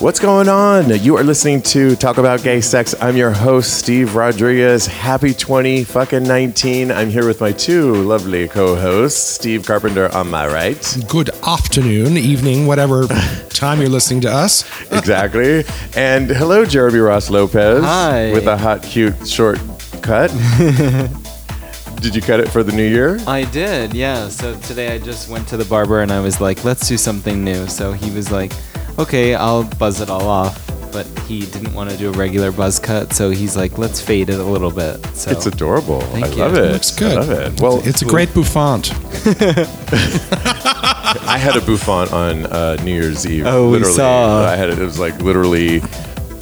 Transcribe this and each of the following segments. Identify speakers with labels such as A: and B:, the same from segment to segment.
A: What's going on? You are listening to Talk About Gay Sex. I'm your host, Steve Rodriguez. Happy 20 fucking 19. I'm here with my two lovely co hosts, Steve Carpenter on my right.
B: Good afternoon, evening, whatever time you're listening to us.
A: exactly. And hello, Jeremy Ross Lopez.
C: Hi.
A: With a hot, cute, short cut. Did you cut it for the new year?
C: I did, yeah. So today I just went to the barber and I was like, let's do something new. So he was like, okay, I'll buzz it all off. But he didn't want to do a regular buzz cut, so he's like, let's fade it a little bit. So
A: It's adorable.
C: Oh. Thank
A: I
C: you.
A: love it.
C: It
B: looks good.
A: I love it. Well,
B: It's a great bouffant.
A: I had a bouffant on uh, New Year's Eve.
C: Oh, we
A: literally.
C: saw.
A: I had it. It was like literally.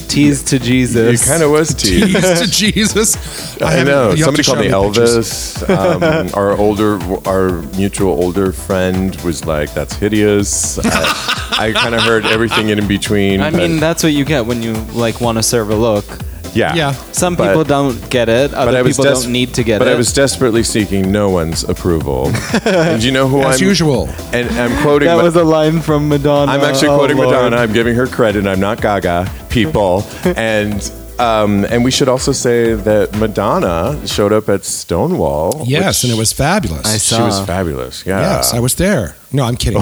C: tease to Jesus.
A: It kind of was tea.
B: Peace to Jesus.
A: I,
B: haven't-
A: know.
B: you have
A: Somebody
B: to
A: called me
B: show pictures.
A: Elvis. Um, our older, our mutual older friend was like, "That's hideous." I, I kind of heard everything in between.
C: I
A: but
C: mean, that's what you get when you like want to serve a look.
A: yeah,
B: Yeah.
C: Some
A: But-
C: people don't get it. Other people
A: des-
C: don't need to get
A: But
C: it.
A: I was desperately seeking no one's approval. and you know who
B: As
A: I'm?
B: usual.
A: And I'm quoting.
C: that
A: Ma-
C: was a line from Madonna.
A: I'm actually
C: Oh,
A: quoting
C: Lord.
A: Madonna. I'm giving her credit. I'm not Gaga. People and. Um, and we should also say that Madonna showed up at Stonewall.
B: Yes,
A: which
B: and it was fabulous.
C: I
A: She was
C: saw.
A: fabulous. Yeah.
B: yes, I was there. No, I'm kidding.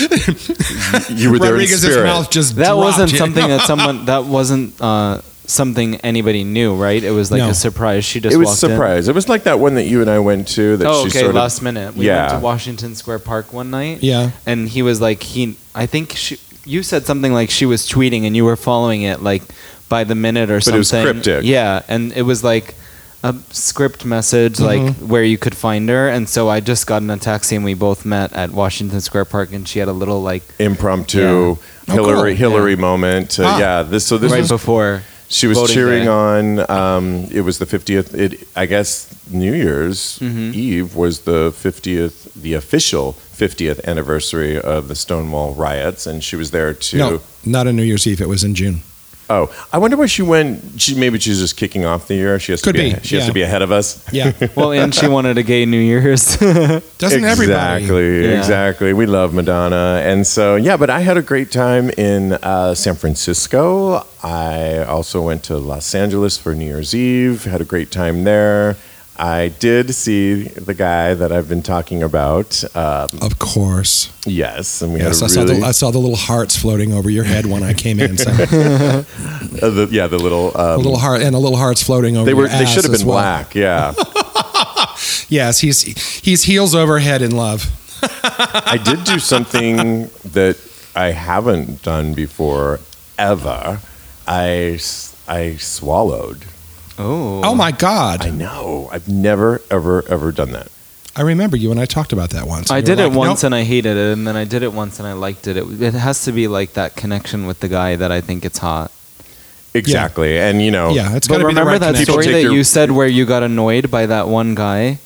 A: You were there in
B: Rodriguez's
A: spirit.
B: mouth just
C: That
B: dropped.
C: wasn't
B: Yeah.
C: something that someone. That wasn't uh, something anybody knew, right? It was like
B: No.
C: a surprise. She just
A: It was a
C: walked in.
A: surprise. It was like that one that you and I went to. That
C: Oh,
A: she
C: okay.
A: sort of-
C: last minute. We went
A: yeah.
C: to Washington Square Park one night.
B: Yeah.
C: And he was like, he. I think she, you said something like she was tweeting and you were following it like by the minute or
A: But it
C: something.
A: was cryptic.
C: Yeah, and it was like a script message like where you could find her. And so I just got in a taxi and we both met at Washington Square Park and she had a little like
A: impromptu
C: Oh,
A: Hillary
B: cool.
A: Hillary moment. Uh,
B: Ah.
A: Yeah. This so this
C: right
A: was
C: before.
A: she was
C: voting
A: cheering
C: day.
A: on. Um, it was the 50th. It I guess New Year's
C: Mm-hmm.
A: Eve was the 50th, the official 50th anniversary of the Stonewall riots, and she was there to.
B: No, not on New Year's Eve. It was in June.
A: Oh, I wonder where she went. She maybe she's just kicking off the year. She has
B: Could
A: to be.
B: be,
A: She has to
B: yeah.
A: be ahead of us.
B: Yeah.
C: Well, and she wanted a gay New Year's.
B: Doesn't
A: exactly,
B: everybody?
C: Yeah.
A: Exactly. We love Madonna. And so, yeah, but I had a great time in uh, San Francisco. I also went to Los Angeles for New Year's Eve, had a great time there. I did see the guy that I've been talking about. Um,
B: Of course.
A: yes, and we
B: Yes, I
A: had a
B: saw,
A: really,
B: the, I saw the little hearts floating over your head when I came in. So
A: uh, the- yeah, the little. Um,
B: a little heart and a little hearts floating over.
A: they were.
B: Your
A: They
B: ass
A: should have
B: as
A: been
B: well.
A: black. Yeah,
B: Yes, he's he's heels over head in love.
A: I did do something that I haven't done before ever. I s- I swallowed.
C: oh.
B: Oh my God!
A: I know. I've never, ever, ever done that.
B: I remember you and I talked about that once.
C: I
B: You
C: did
B: were
C: it
B: like,
C: once
B: "Nope."
C: and I hated it, and then I did it once and I liked it. It, it has to be like that connection with the guy that I think it's hot.
A: Exactly. And, you know,
B: yeah, it's got
C: But
B: to be the
C: remember
B: right
C: that
B: connection.
A: People
C: story
A: take
C: that
A: your-
C: you said where you got annoyed by that one guy?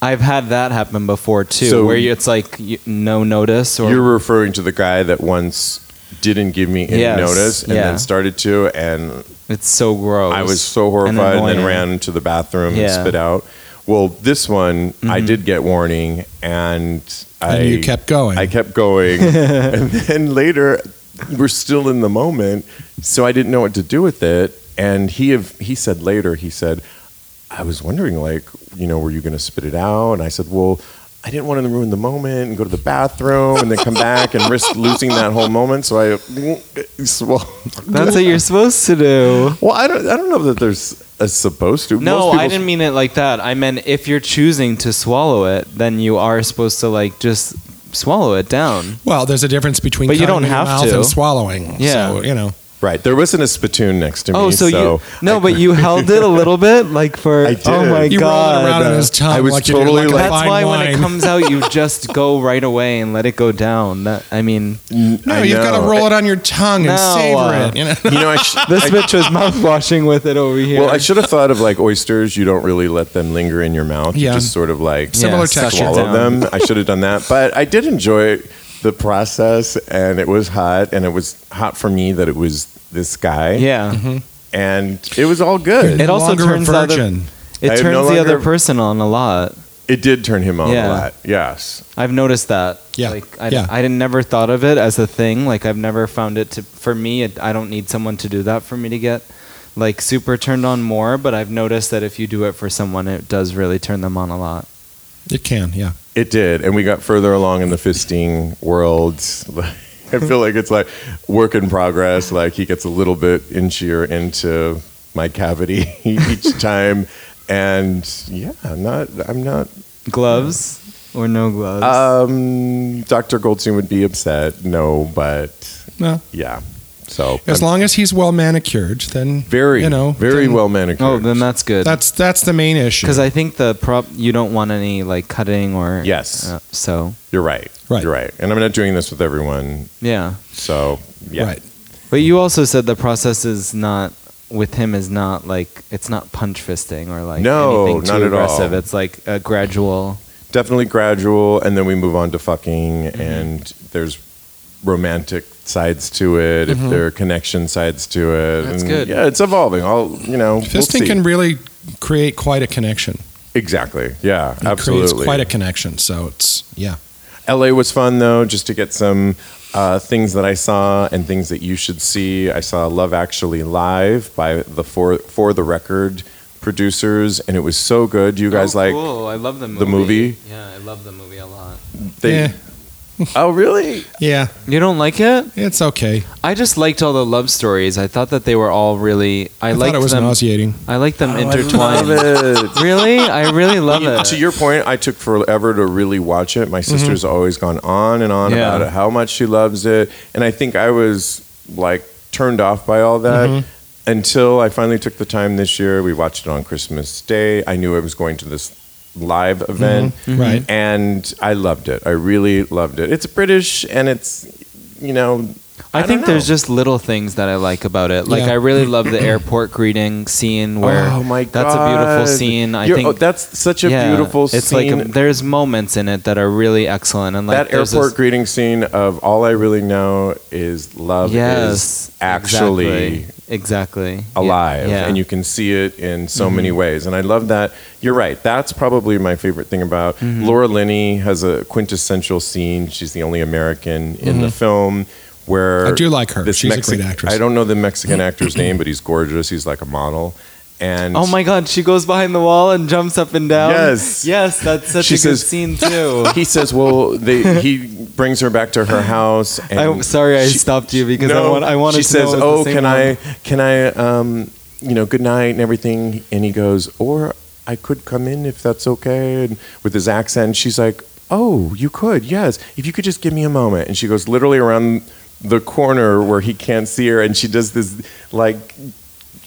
C: I've had that happen before too,
A: So-
C: where you, it's like you, no notice or
A: you're referring to the guy that once didn't give me any
C: Yes,
A: notice and
C: yeah.
A: then started to. And
C: it's so gross.
A: I was so
C: and
A: horrified and, then
C: annoying.
A: ran to the bathroom and
C: Yeah. Mm-hmm.
A: spit out. Well, this one, I did get warning and I.
B: you kept going.
A: I kept going. and then later, we're still in the moment. So I didn't know what to do with it. And he, have, he said later, he said, I was wondering, like, you know, were you going to spit it out? And I said, well, I didn't want to ruin the moment and go to the bathroom and then come back and risk losing that whole moment. So I, well,
C: That's what you're supposed to do.
A: well, I don't, I don't know that there's a supposed to.
C: No,
A: Most
C: I
A: people-
C: didn't mean it like that. I meant if you're choosing to swallow it, then you are supposed to like just swallow it down.
B: Well, there's a difference between
C: But you
B: cutting
C: don't
B: your
C: have
B: mouth
C: to.
B: and swallowing.
C: Yeah.
B: so, you know.
A: Right, there wasn't a spittoon next to me.
C: Oh, so, you no, but you held it a little bit, like for
A: I did.
C: oh my
B: You roll
C: god, uh,
B: it around in his tongue
A: I was
B: like
A: totally
B: you do,
A: like-
B: like, a
C: That's
B: fine
C: why
B: wine.
C: when it comes out, you just go right away and let it go down. That, I mean,
B: No,
A: I
B: you've got to
A: know.
B: roll it on your tongue and
C: No,
B: savor
C: uh,
B: it. You know?
A: You know, I, sh-
C: this bitch was mouth washing with it over here.
A: Well, I should have thought of like oysters. You don't really let them linger in your mouth. You
B: Yeah.
A: just sort of like
B: Similar
C: suck
B: texture.
C: it
A: swallow
C: down.
A: them. I should have done that, but I did enjoy the process, and it was hot, and it was hot for me that it was this guy.
C: Yeah,
B: Mm-hmm.
A: and it was all good.
C: It also
B: Longer a
C: turns out that-
B: virgin.
A: I
C: it
A: am
C: turns
A: no
C: the other
A: longer-
C: person on a lot.
A: It did turn him on
C: Yeah.
A: a lot. Yes.
C: I've noticed that.
B: Yeah.
C: Like I,
B: Yeah.
C: I didn't- never thought of it as a thing. Like I've never found it to for me. It, I don't need someone to do that for me to get like super turned on more. But I've noticed that if you do it for someone, it does really turn them on a lot.
B: It can, yeah.
A: It did. And we got further along in the fisting world. I feel like it's like work in progress. Like he gets a little bit inchier into my cavity each time. And yeah, I'm not, I'm not,
C: Gloves or no gloves?
A: um, Dr. Goldstein would be upset. No, but
B: Well,
A: yeah. So
B: as
A: I'm
B: long as he's well manicured, then
A: very,
B: you know,
A: very
B: then
A: well manicured.
C: oh, then that's good.
B: That's that's the main issue.
C: Because I think the prop you don't want any like cutting or
A: Yes.
C: Uh, so
A: You're right.
B: Right.
A: You're right. And I'm not doing this with everyone.
C: yeah,
A: So yeah.
B: Right.
C: but you also said the process is not with him is not like it's not punch fisting or like
A: No,
C: anything too
A: not at all.
C: aggressive. It's like a gradual.
A: definitely gradual and then we move on to fucking and there's romantic sides to it if there are connection sides to it
C: That's
A: and
C: good.
A: yeah it's evolving all you know we'll
B: Fisting
A: see.
B: can really create quite a connection.
A: exactly yeah
B: It
A: absolutely
B: creates quite a connection. So it's yeah.
A: la was fun though just to get some uh, things that i saw and things that you should see i saw love actually live by the for for the record producers and it was so good you guys like
C: Oh, cool. I love the movie.
A: the movie?
C: Yeah, I love the movie a lot.
A: they
B: yeah.
A: oh really
B: Yeah.
C: You don't like it?
B: It's okay.
C: I just liked all the love stories. I thought that they were all really. I,
B: I
C: liked
B: thought it was
C: them.
B: nauseating.
C: I like them intertwined.
A: Love it.
C: really, I really love it.
A: to your point, I took forever to really watch it. My sister's always gone on and on
C: Mm-hmm. Yeah.
A: about it, how much she loves it, and I think I was like turned off by all that
C: Mm-hmm.
A: until I finally took the time this year. We watched it on Christmas Day. I knew I was going to this live
C: Mm-hmm.
A: event,
B: Right.
A: and I loved it. I really loved it. It's British, and it's you know,
C: I,
A: don't
C: think there's
A: know.
C: just little things that I like about it. Like
B: Yeah.
C: I really love the airport greeting scene where
A: oh my god,
C: that's a beautiful scene. I
A: You're-
C: think
A: oh, that's such a
C: yeah,
A: beautiful
C: It's
A: scene.
C: like a, there's moments in it that are really excellent. And like
A: that
C: there's
A: airport
C: this-
A: greeting scene of all I really know is love
C: yes,
A: is actually
C: exactly, exactly. Yeah,
A: alive,
C: yeah. Mm-hmm.
A: and you can see it in so many ways. And I love that. You're right. That's probably my favorite thing about
C: Mm-hmm.
A: Laura Linney has a quintessential scene. She's the only American in
C: Mm-hmm.
A: the film. Where
B: I do like her. She's a great actress.
A: I don't know the Mexican actor's name, but he's gorgeous. He's like a model. And
C: Oh my God! She goes behind the wall and jumps up and down.
A: Yes.
C: yes, that's such
A: She
C: a good
A: says-
C: scene too.
A: he says, "Well, they, he brings her back to her house." And
C: I'm sorry I
A: she-
C: stopped you because I want I wanted
A: she
C: to
A: says,
C: know it
A: "Oh,
C: was the same
A: can
C: one."
A: I? Can I? Um, you know, good night and everything." And he goes, "Or I could come in if that's okay." And with his accent, she's like, "Oh, you could, yes. If you could just give me a moment." And she goes literally around the corner where he can't see her, and she does this like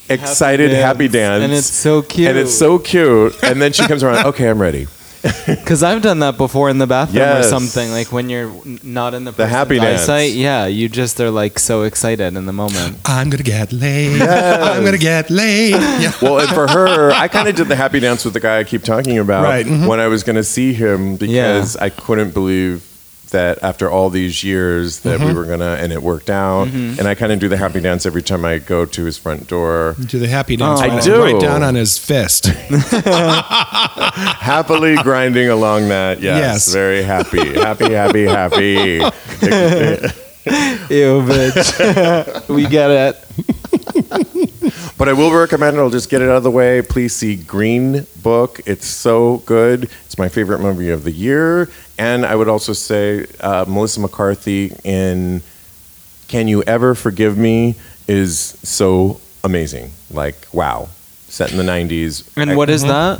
A: excited
C: dance.
A: happy dance,
C: And it's so cute.
A: and it's so cute. And then she comes around. Okay, I'm ready.
C: Because I've done that before in the bathroom
A: Yes.
C: or something. Like when you're n- not in the,
A: The happy
C: person's
A: dance.
C: eyesight, yeah, you just are like so excited in the moment.
B: I'm gonna get laid. I'm gonna get laid. Yeah.
A: Well, and for her, I kind of did the happy dance with the guy I keep talking about
B: Right, mhm.
A: when I was going to see him because I couldn't believe that after all these years that we were going to and it worked out. And I kind of do the happy dance every time I go to his front door.
B: Do the happy dance.
A: Oh, I
B: right,
A: do.
B: right down on his fist.
A: Happily grinding along that. Yes.
B: Yes.
A: Very happy. Happy, happy, happy.
C: Ew, bitch. we get it.
A: But I will recommend it. I'll just get it out of the way. Please see Green Book. It's so good. It's my favorite movie of the year. And I would also say uh, Melissa McCarthy in Can You Ever Forgive Me is so amazing. Like, wow. Set in the 90s.
C: And what is
A: Mm-hmm.
C: that?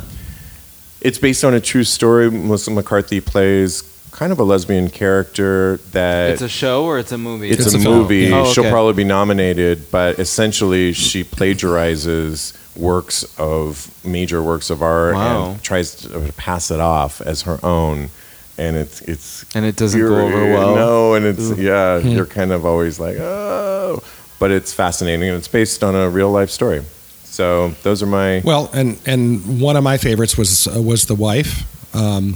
A: It's based on a true story. Melissa McCarthy plays kind of a lesbian character that
C: It's a show or it's a movie?
A: it's,
B: It's
A: a,
B: a film.
A: movie.
C: Oh,
A: She'll
C: okay.
A: probably be nominated, but essentially she plagiarizes works of major works of art
C: Wow.
A: and tries to pass it off as her own. And it's it's
C: and it doesn't go
A: eerie.
C: over well. Hmm.
A: No, and it's yeah, you're kind of always like oh, but it's fascinating and it's based on a real life story. So those are my
B: Well, and and one of my favorites was uh, was the wife, um,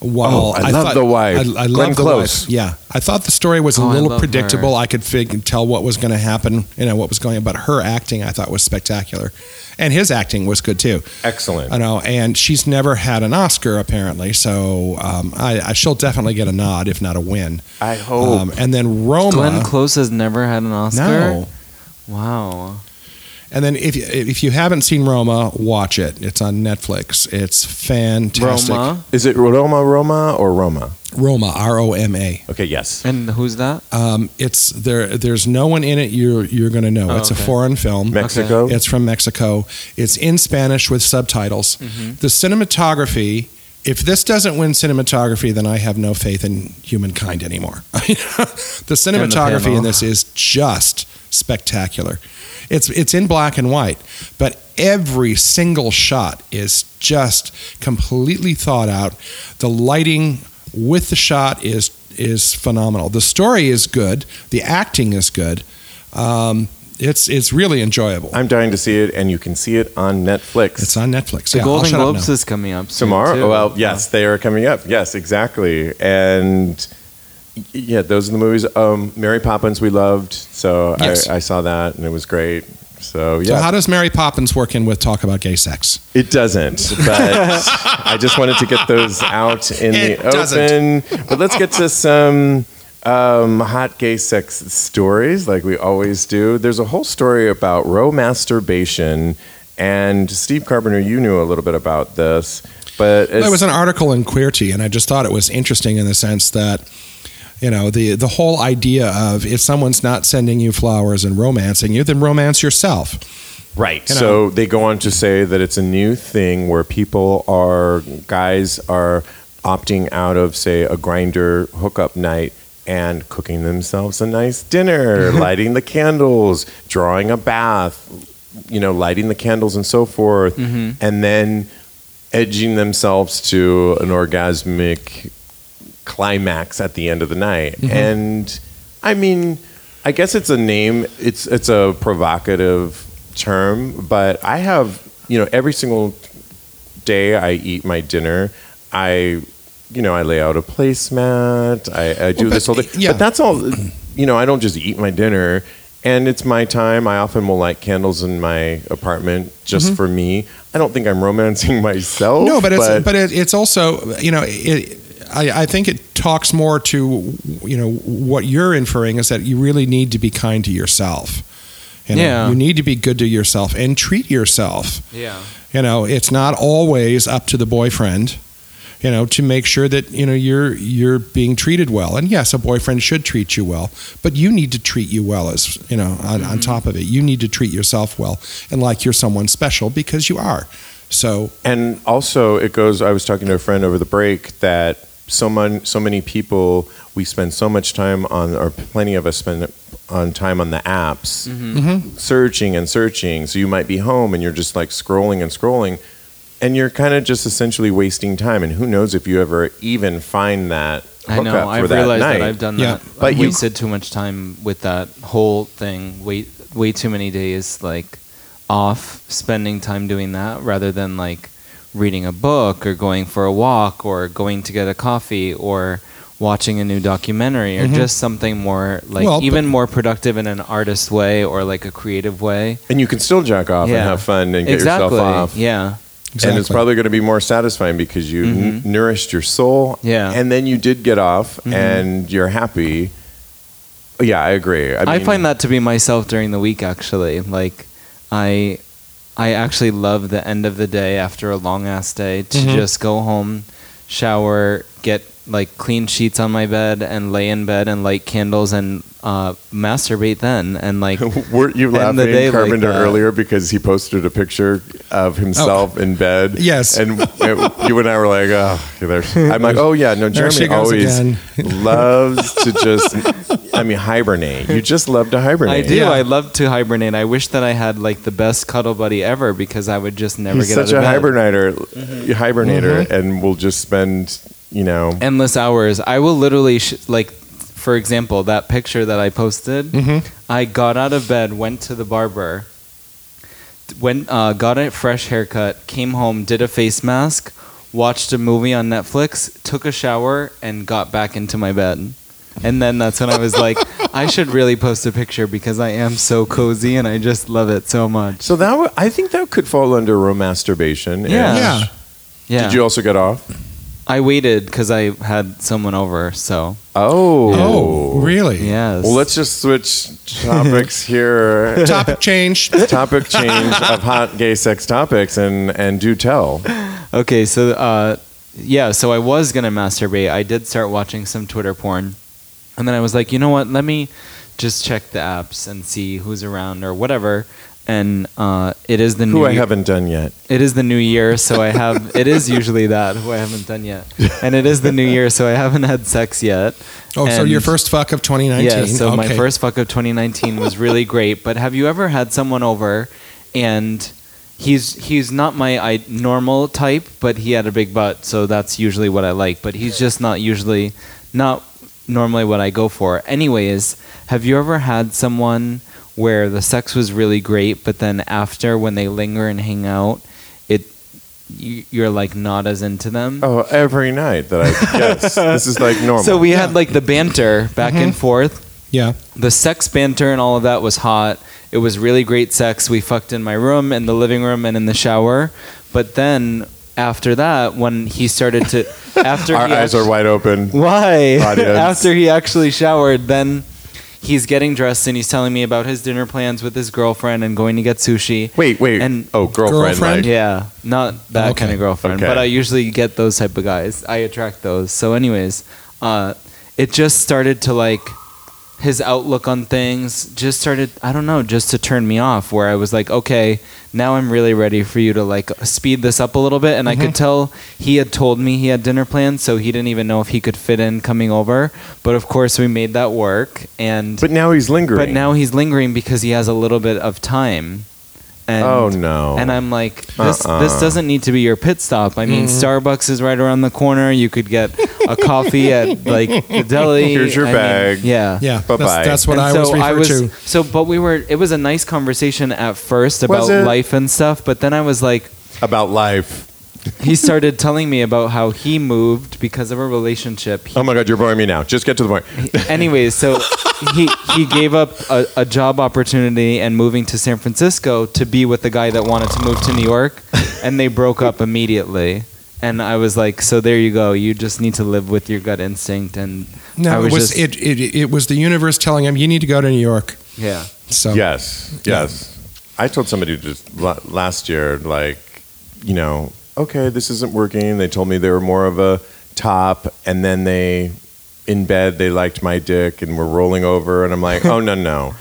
B: while
A: Oh, I love
B: thought,
A: the wife.
B: I, I
A: Glenn
B: love the
A: Close.
B: wife. Yeah, I thought the story was a
C: Oh, I love
B: little
C: her.
B: predictable. I could fig- tell what was going to happen. You know what was going on, but her acting I thought was spectacular, and his acting was good too.
A: Excellent.
B: I know, and she's never had an Oscar apparently, so um, I, I she'll definitely get a nod, if not a win.
A: I hope.
B: Um, and then Roma.
C: Oh. Glenn Close has never had an Oscar.
B: no.
C: Wow.
B: And then if if you haven't seen Roma, watch it. It's on Netflix. It's fantastic.
C: Roma.
A: Is it Roma Roma or Roma?
B: Roma, R O M A.
A: Okay, yes.
C: And who's that?
B: Um, it's there. There's no one in it. You're you're gonna know.
C: Oh,
B: it's
C: okay.
B: a foreign film.
A: Mexico.
B: It's from Mexico. It's in Spanish with subtitles. The cinematography. If this doesn't win cinematography, then I have no faith in humankind anymore. the cinematography in
C: panel.
B: this is just spectacular. It's it's in black and white, but every single shot is just completely thought out. The lighting with the shot is is phenomenal. The story is good. The acting is good. Um, it's it's really enjoyable.
A: I'm dying to see it, and you can see it on Netflix.
B: It's on Netflix.
C: The
B: yeah, I'll
C: Golden
B: shut up
C: Globes
B: now.
C: is coming up soon,
A: tomorrow.
C: Too.
A: Well, yes, they are coming up. Yes, exactly. And y- yeah, those are the movies. Um, Mary Poppins, we loved. So
B: Yes.
A: I, I saw that, and it was great. So
B: So
A: yeah,
B: how does Mary Poppins work in with talk about gay sex?
A: it doesn't. But I just wanted to get those out in
B: It
A: the open.
B: doesn't.
A: But let's get to some. Um, hot gay sex stories, like we always do. There's a whole story about row masturbation, and Steve Carpenter, you knew a little bit about this, but
B: Well,
A: it's-
B: There was an article in Queerty, and I just thought it was interesting in the sense that you know the the whole idea of if someone's not sending you flowers and romancing you, then romance yourself.
A: Right.
B: You know?
A: So they go on to say that it's a new thing where people are, guys are opting out of, say, a grinder hookup night and cooking themselves a nice dinner, lighting the candles, drawing a bath, you know, lighting the candles and so forth,
B: Mm-hmm.
A: and then edging themselves to an orgasmic climax at the end of the night.
B: Mm-hmm.
A: And I mean, I guess it's a name. It's it's a provocative term, but I have you know every single day I eat my dinner. I you know I lay out a placemat. I, I do
B: Well,
A: this
B: but-
A: whole thing.
B: yeah.
A: But that's all. You know I don't just eat my dinner. And it's my time. I often will light candles in my apartment just for me. I don't think I'm romancing myself.
B: Mm-hmm. No, but it's but, it, it's also you know it. I, I think it talks more to you know what you're inferring is that you really need to be kind to yourself. You know,
C: Yeah.
B: you need to be good to yourself and treat yourself.
C: Yeah.
B: you know it's not always up to the boyfriend you know to make sure that you know you're you're being treated well and yes a boyfriend should treat you well but you need to treat you well as you know on,
C: Mm-hmm.
B: on top of it you need to treat yourself well and like you're someone special because you are so
A: And also, it goes. I was talking to a friend over the break that so mon- so many people we spend so much time on, or plenty of us spend on time on the apps,
C: Mm-hmm.
B: mm-hmm.
A: searching and searching. So you might be home and you're just like scrolling and scrolling, and you're kind of just essentially wasting time. And who knows if you ever even find that
C: I
A: hookup
C: know.
A: for
C: I've
A: that
C: realized
A: night.
C: that I've done
B: Yeah.
C: that.
A: But
C: I've
A: you-
C: wasted too much time with that whole thing. Wait, way too many days like off spending time doing that rather than like reading a book or going for a walk or going to get a coffee or watching a new documentary or just something more like
B: Mm-hmm. Well,
C: even
B: but-
C: more productive in an artist way or like a creative way.
A: and you can still jack off and
C: Yeah.
A: have fun and get
C: exactly.
A: yourself off.
C: Yeah.
A: And it's probably going to be more satisfying because you n- nourished your soul.
C: Mm-hmm. Yeah. Mm-hmm.
A: And then you did get off and you're happy. Yeah, I agree. I,
C: I,
A: mean,
C: find that to be myself during the week actually. Like I I actually love the end of the day after a long ass day to just go home, shower, get like clean sheets on my bed and lay in bed and light candles and uh, masturbate then and like
A: Weren't you
C: end the
A: laughing,
C: day like
A: Carpenter,
C: that.
A: earlier because he posted a picture of himself in bed?
B: Yes.
A: And it- you and I were like, oh, there's-" I'm like, oh, yeah, no,
B: There she
A: Jeremy
B: goes
A: always
B: again.
A: loves to just, I mean, hibernate. You just love to
C: I
A: hibernate.
C: do.
B: Yeah.
C: I love to hibernate. I wish that I had like the best cuddle buddy ever because I would just never
A: He's
C: get
A: such
C: out
A: a
C: of bed. Mm-hmm.
A: hibernator, hibernator, and will just spend, you know,
C: endless hours. I will literally sh- like, for example, that picture that I posted.
B: Mm-hmm.
C: I got out of bed, went to the barber, went uh, got a fresh haircut, came home, did a face mask, watched a movie on Netflix, took a shower, and got back into my bed. And then that's when I was like, I should really post a picture because I am so cozy and I just love it so much.
A: So that w- I think that could fall under room masturbation.
C: Yeah.
B: Yeah.
C: Yeah.
A: Did you also get off?
C: I waited because I had someone over. So,
A: Oh.
B: Oh, really?
C: yes.
A: Well, let's just switch topics here.
B: Topic change.
A: Topic change of hot gay sex topics and and do tell.
C: Okay, so uh, yeah, so I was gonna masturbate. I did start watching some Twitter porn, and then I was like, you know what? Let me just check the apps and see who's around or whatever. And uh, it is the
A: Who
C: new
A: I haven't done yet.
C: it is the new year, so I have it is usually that who I haven't done yet, and it is the new year, so I haven't had sex yet.
B: Oh, so
C: And-
B: your first fuck of 2019.
C: yeah, so my
B: Okay.
C: first fuck of 2019 was really great. But have you ever had someone over, and he's he's not my I, normal type, but he had a big butt, so that's usually what I like. But he's just not usually not normally what I go for. Anyways, have you ever had someone where the sex was really great, but then after when they linger and hang out, it you, you're like not as into them?
A: Oh, every night that I yes, this is like normal.
C: So we had like the banter back and forth
B: Yeah.
C: the sex banter and all of that was hot. It was really great sex. We fucked in my room, in the living room, and in the shower. But then after that, when he started to, after
A: Our
C: he
A: eyes are
C: actu-
A: wide open.
C: why
A: Audience.
C: after he actually showered, then he's getting dressed and he's telling me about his dinner plans with his girlfriend and going to get sushi.
A: Wait, wait.
C: And-
A: oh, girlfriend.
B: Girlfriend?
A: like-
C: Yeah, not that
B: Okay.
C: kind of girlfriend,
A: Okay.
C: but I usually get those type of guys. I attract those. So, anyways, uh, it just started to like his outlook on things just started. I don't know, just to turn me off. Where I was like, okay, now I'm really ready for you to like speed this up a little bit. And I could tell he had told me he had dinner plans, so he didn't even know if he could fit in coming over. But of course, we made that work. And
A: But now he's lingering.
C: but now he's lingering because he has a little bit of time. And
A: oh no.
C: and I'm like, this
A: Uh-uh.
C: this doesn't need to be your pit stop. I
B: Mm-hmm.
C: mean, Starbucks is right around the corner. You could get a coffee at like the deli.
A: Here's your
C: I mean,
A: bag.
C: yeah.
B: Yeah.
A: Bye-bye.
B: That's, that's what
C: And
B: I
C: so
B: was referred
C: I was
B: to.
C: so, but we were. It was a nice conversation at first
A: Was
C: about
A: it?
C: life and stuff. But then I was like,
A: about life.
C: he started telling me about how he moved because of a relationship. He
A: Oh my God, you're boring me now. Just get to the point.
C: anyways, so he he gave up a, a job opportunity and moving to San Francisco to be with the guy that wanted to move to New York, and they broke up immediately. And I was like, so there you go. You just need to live with your gut instinct, and I
B: No,
C: was
B: it was
C: just-
B: it, it it was the universe telling him you need to go to New York.
C: yeah,
B: So
A: Yes, yes. I told somebody just la- last year, like, you know, okay, this isn't working. They told me they were more of a top, and then they, in bed, they liked my dick and were rolling over, and I'm like, oh no, no,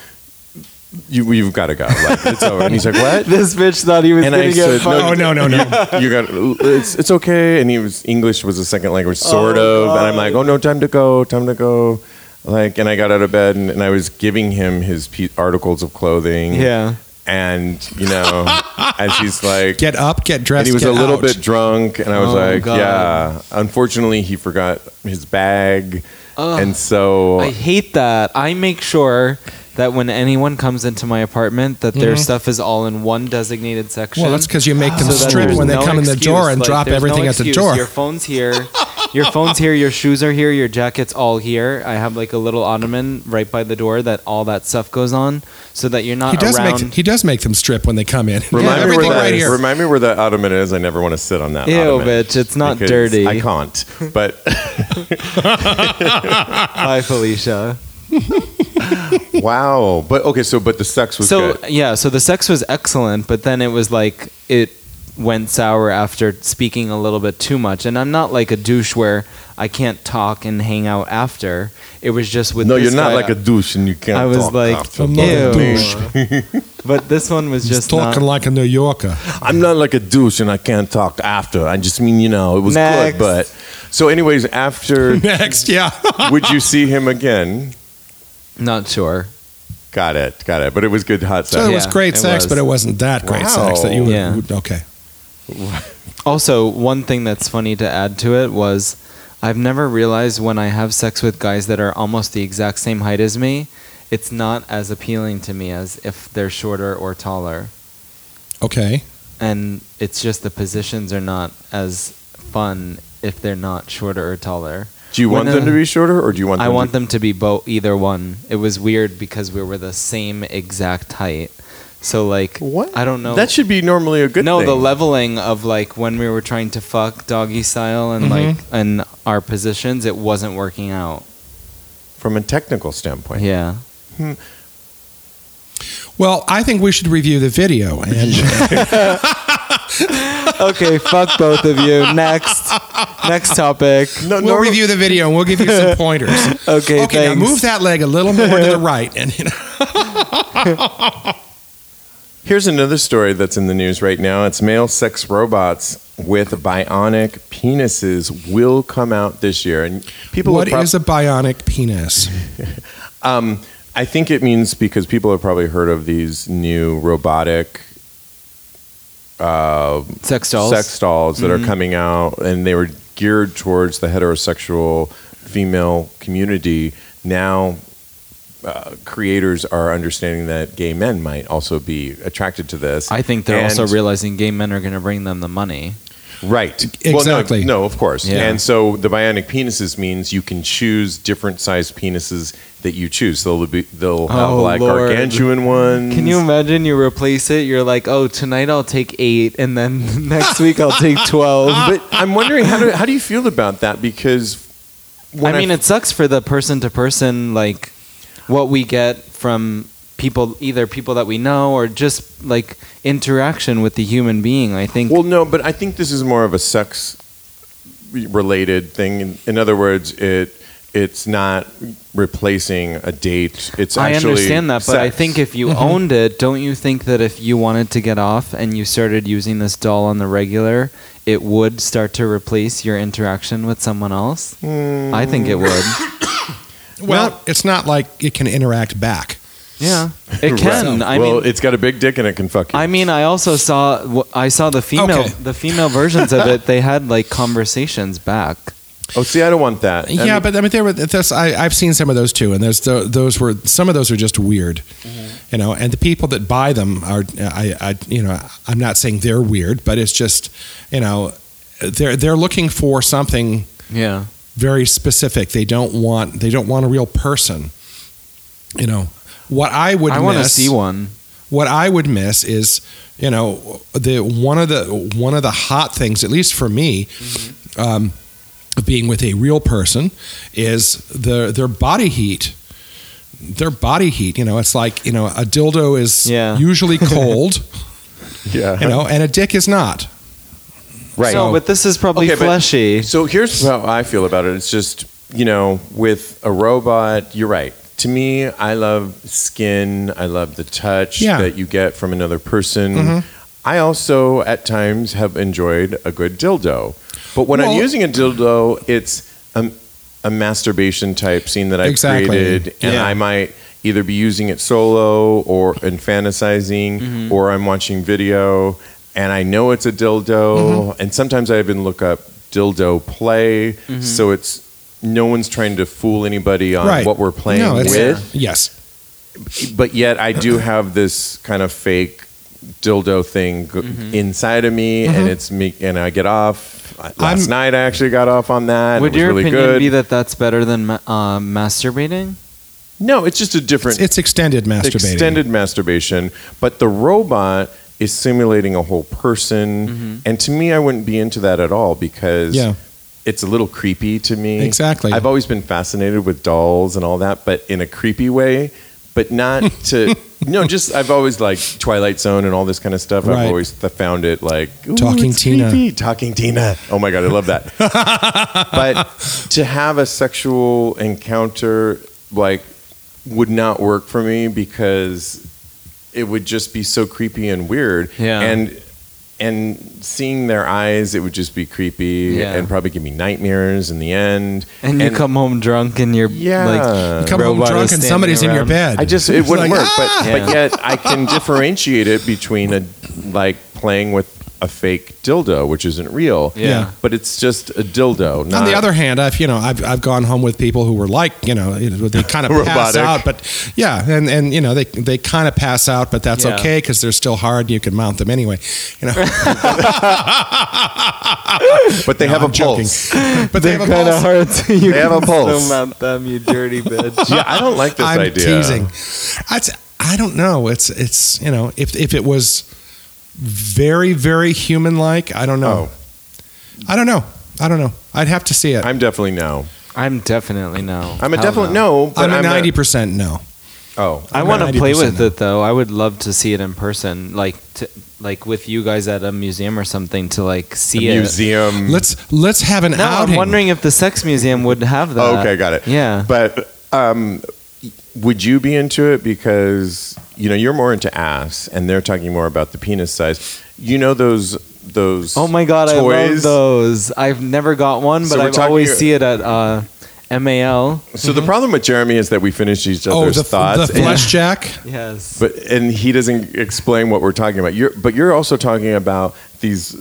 A: you you've got to go, like, it's over. And he's like, what?
C: this bitch thought he was
A: And
C: gonna
A: I
C: get
A: said,
C: fucked.
B: Oh no no no.
A: you got it's it's okay. And he was English was a second language, sort of. And I'm like, oh no, time to go, time to go. Like, and I got out of bed and, and I was giving him his pe- articles of clothing.
C: Yeah,
A: And you know, as he's like,
B: Get up, get
A: and
B: dressed.
A: he was
B: get
A: a little
B: out.
A: bit drunk, and I was
C: Oh,
A: like,
C: God.
A: yeah. Unfortunately, he forgot his bag,
C: Ugh.
A: and so
C: I hate that. I make sure. That when anyone comes into my apartment, that their stuff is all in one designated
B: Mm-hmm.
C: section.
B: Well, that's because you make them
C: Ah. So that
B: strip
C: there's
B: when they
C: no
B: come in the
C: excuse.
B: door and
C: Like,
B: drop
C: there's
B: everything
C: no
B: at the
C: excuse.
B: door.
C: Your phone's here. Your phone's here. Your shoes are here. Your jacket's all here. I have like a little ottoman right by the door that all that stuff goes on, so that you're not
B: He does
C: around.
B: make he does make them strip when they come in.
A: remind me where
B: everything
A: that
B: right
A: is.
B: here.
A: Remind me where that ottoman is. I never want to sit on that.
C: Ew,
A: ottoman
C: bitch! It's not
A: because
C: dirty.
A: I can't. But
C: Hi, Felicia.
A: Wow. But okay, so but the sex was
C: so
A: good.
C: yeah, so the sex was excellent, but then it was like it went sour after speaking a little bit too much. And I'm not like a douche where I can't talk and hang out after. It was just with
A: No,
C: this
A: you're not
C: guy,
A: like a douche and you can't.
C: I was
A: talk
C: like,
A: after.
B: I'm not a douche.
C: Ew. but this one was
B: He's
C: just
B: talking
C: not.
B: like a New Yorker.
A: I'm not like a douche and I can't talk after. I just mean, you know, it was
C: Next.
A: good, but so anyways, after
B: Next, yeah.
A: would you see him again?
C: Not sure.
A: Got it, got it. But it was good hot
B: So
A: sex.
B: it was
C: Yeah,
B: great
C: it
B: sex,
C: was.
B: but it wasn't that great
A: Wow.
B: sex that you would,
C: Yeah.
B: would- okay.
C: Also, one thing that's funny to add to it was I've never realized when I have sex with guys that are almost the exact same height as me, it's not as appealing to me as if they're shorter or taller.
B: Okay.
C: And it's just the positions are not as fun if they're not shorter or taller.
A: Do you want
C: When,
A: them
C: uh,
A: to be shorter, or do you want?
C: I
A: them
C: want
A: to,
C: them to be both either one. It was weird because we were the same exact height. So like
A: What?
C: I don't know.
A: That should be normally a good
C: no,
A: thing.
C: the leveling of like when we were trying to fuck doggy style and
A: Mm-hmm.
C: like and our positions, it wasn't working out.
A: from a technical standpoint.
C: Yeah.
B: Well, I think we should review the video. And
C: Okay, fuck both of you. Next, next topic.
A: No,
B: we'll
A: norm-
B: review the video and we'll give you some pointers. okay,
C: Okay,
B: now
C: thanks.
B: move that leg a little more to the right. And you know,
A: Here's another story that's in the news right now. It's male sex robots with bionic penises will come out this year, and people.
B: what
A: have prob-
B: is a bionic penis?
A: Um, I think it means because people have probably heard of these new robotic uh,
C: Sex dolls. Mm-hmm.
A: sex dolls that are coming out, and they were geared towards the heterosexual female community. Now, uh, creators are understanding that gay men might also be attracted to this.
C: I think they're
A: And-
C: also realizing gay men are going to bring them the money.
A: Right.
B: Exactly.
A: Well, no, no, of course.
C: Yeah.
A: And so the bionic penises means you can choose different sized penises that you choose. So they'll be they'll have
C: Oh,
A: like
C: Lord.
A: gargantuan ones.
C: Can you imagine? You replace it. You're like, oh, tonight I'll take eight, and then next week I'll take twelve.
A: But Ah, I'm wondering how do how do you feel about that? Because when
C: I mean,
A: f-
C: it sucks for the person to person, like what we get from people, either people that we know or just like interaction with the human being. I think.
A: well, no, but I think this is more of a sex related thing. In, in other words, it it's not replacing a date. It's
C: I
A: actually
C: understand that, but I
A: sex.
C: think if you owned it, don't you think that if you wanted to get off and you started using this doll on the regular, it would start to replace your interaction with someone else? I think
A: Mm.
C: it would.
B: Well, it's not like it can interact back.
C: yeah, it can. I
A: well,
C: mean,
A: it's got a big dick and it can fuck you.
C: I mean, I also saw w- I saw the female
B: Okay.
C: the female versions of it. They had like conversations back.
A: oh, see, I don't want that. And
B: yeah, but I mean, there were this. I, I've seen some of those too, and there's tho- those were some of those are just weird, you know. And the people that buy them are, I, I, you know, I'm not saying they're weird, but it's just, you know, they're they're looking for something
C: Yeah.
B: very specific. They don't want they don't want a real person, you know. What I would
C: I
B: miss,
C: want to see one.
B: what I would miss is, you know, the one of the one of the hot things, at least for me,
A: Mm-hmm.
B: um, of being with a real person, is the their body heat. Their body heat, you know, it's like you know, a dildo is
C: Yeah.
B: usually cold,
A: yeah.
B: you know, and a dick is not.
A: Right.
C: No, but this is probably
A: Okay, but-
C: fleshy.
A: So here's how I feel about it. It's just, you know, with a robot, you're right. To me, I love skin. I love the touch
B: Yeah. Mm-hmm.
A: that you get from another person. I also, at times, have enjoyed a good dildo. But when I'm
B: Well-
A: using a dildo, it's a, a masturbation type scene that I've
B: Exactly.
A: created, and
B: Yeah.
A: I might either be using it solo or and fantasizing,
B: Mm-hmm.
A: or I'm watching video and I know it's a dildo.
C: Mm-hmm.
A: And sometimes I even look up dildo play, so it's no one's trying to fool anybody on
B: Right.
A: what we're playing
B: No, it's-
A: with.
B: Yes,
A: But yet I do have this kind of fake dildo thing go-
C: Mm-hmm.
A: inside of me, and it's me, and I get off. I- Last
B: I'm-
A: night I actually got off on that.
C: Would
A: it was
C: your
A: really
C: opinion
A: good.
C: be that that's better than ma- uh, masturbating?
A: no, it's just a different.
B: it's, it's extended masturbating.
A: extended masturbation, but the robot is simulating a whole person. And to me, I wouldn't be into that at all because
B: Mm-hmm. Yeah.
A: it's a little creepy to me.
B: Exactly.
A: I've always been fascinated with dolls and all that, but in a creepy way, but not to. No, just I've always liked Twilight Zone and all this kind of stuff.
B: Right.
A: I've always th- found it like "Ooh,
B: Talking
A: it's
B: Tina."
A: creepy." talking Tina. Oh my god, I love that. but to have a sexual encounter like would not work for me because it would just be so creepy and weird.
C: Yeah.
A: And and seeing their eyes, it would just be creepy
C: Yeah.
A: and probably give me nightmares in the end.
C: And you come home drunk and you're
A: Yeah.
C: like
A: You
B: Come home
C: robot
B: drunk
C: is
B: and
C: standing
B: somebody's in your
C: around.
B: bed.
A: I just it
B: It's
A: wouldn't
B: like,
A: work,
B: "Ah!"
A: but
C: Yeah.
A: but yet I can differentiate it between a like playing with a fake dildo, which isn't real.
C: Yeah.
B: Yeah.
A: But it's just a dildo. Not,
B: On the other hand, I've you know I've, I've gone home with people who were like you know it- they kind of pass
A: Robotic.
B: out, but yeah, and and you know they they kind of pass out, but that's
C: Yeah.
B: okay because they're still hard and you can mount them anyway. You know,
A: but they
B: No,
A: have a
B: I'm joking.
A: pulse.
B: but they have a
C: Kind
B: pulse.
C: of hard to you
A: They have a
C: can still
A: pulse.
C: mount them, you dirty bitch.
A: Yeah, I don't like this
B: I'm
A: idea.
B: teasing. That's, I don't know. It's it's you know if if it was very very human like, I don't know.
A: Oh.
B: I don't know. I don't know. I'd have to see it.
A: I'm definitely no.
C: I'm definitely no.
A: I'm a
C: Hell
A: definite no, but
B: I'm
A: I'm
B: a ninety
A: not-
B: percent no.
A: oh,
C: I want to
B: 90%
C: play with
B: no.
C: it though. I would love to see it in person, like to, like with you guys at a museum or something to like
A: the
C: see it.
A: museum.
B: Let's let's have an
C: No,
B: outing.
C: I'm wondering if the sex museum would have that.
A: Oh, okay, got it.
C: Yeah.
A: But um, would you be into it? Because you know you're more into ass, and they're talking more about the penis size. You know those those.
C: Oh my god, I love
A: toys.
C: those. I've never got one,
A: So
C: but
A: we're
C: I
A: talking-
C: always see it at uh, MAL.
A: So the problem with Jeremy is that we finish each
B: oh
A: other's
B: the,
A: thoughts.
B: the
A: and,
B: flesh jack.
C: Yes.
A: but and he doesn't explain what we're talking about. You're but you're also talking about these.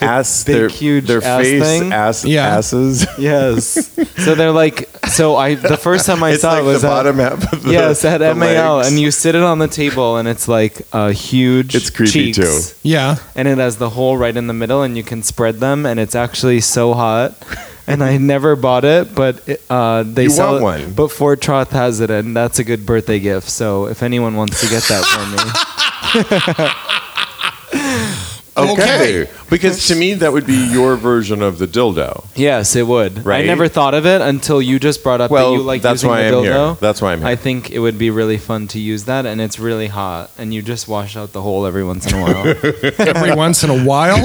A: Ass,
C: big,
A: their,
C: huge
A: their
C: ass
A: face,
C: thing?
A: ass,
B: Yeah.
A: asses.
C: yes. so they're like so I the first time I
A: it's
C: saw
A: like
C: it was
A: the
C: at,
A: bottom half of the
C: Yes, at
A: the
C: MAL
A: legs.
C: and you sit it on the table and it's like a huge
A: It's creepy,
C: cheeks,
A: too.
B: Yeah.
C: And it has the hole right in the middle and you can spread them and it's actually so hot. And I never bought it, but it, uh, they
A: You
C: sell
A: want
C: it.
A: one.
C: But Fort Troth has it, and that's a good birthday gift. So if anyone wants to get that for me,
A: Okay. Because to me, that would be your version of the dildo.
C: Yes, it would.
A: Right?
C: I never thought of it until you just brought up
A: Well,
C: that you like
A: that's
C: using
A: why
C: the
A: I'm
C: dildo.
A: here. That's why I'm here.
C: I think it would be really fun to use that, and it's really hot. And you just wash out the hole every once in a while.
B: Every once in a while.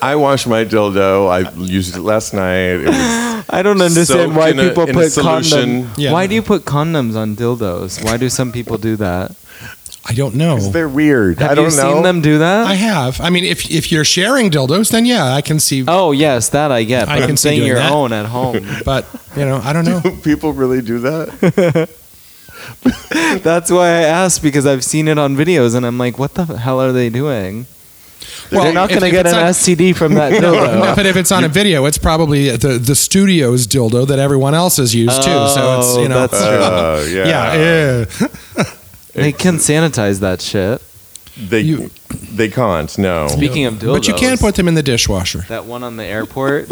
A: I washed my dildo. I used it last night. It was,
C: I don't understand
A: Soaked
C: why
A: in a-
C: people
A: in a
C: put
A: solution.
C: condoms.
B: Yeah.
C: Why do you put condoms on dildos? Why do some people do that?
B: I don't know.
A: they're weird.
C: Oh. Have
A: I don't
C: you
A: know.
C: seen them do that?
B: I have. I mean, if if you're sharing dildos, then yeah, I can see.
C: oh yes, that I get.
B: I
C: But I
B: can
C: am
B: see
C: saying
B: doing
C: your
B: that.
C: own at home.
B: But you know, I don't know.
A: People really do that.
C: That's why I asked because I've seen it on videos, and I'm like, what the hell are they doing?
B: Well,
C: They're not
B: if-
C: going to
B: if
C: get
B: it's
C: an
B: on-
C: STD from that dildo.
B: No, but if it's on a video, it's probably the the studio's dildo that everyone else has used too. So it's
C: Oh,
B: you know,
C: that's true.
A: Uh, yeah.
B: yeah, yeah.
C: They can sanitize that shit.
A: They
B: You-
A: they can't. No.
C: Speaking of dildos,
B: But you can put them in the dishwasher.
C: that one on the airport.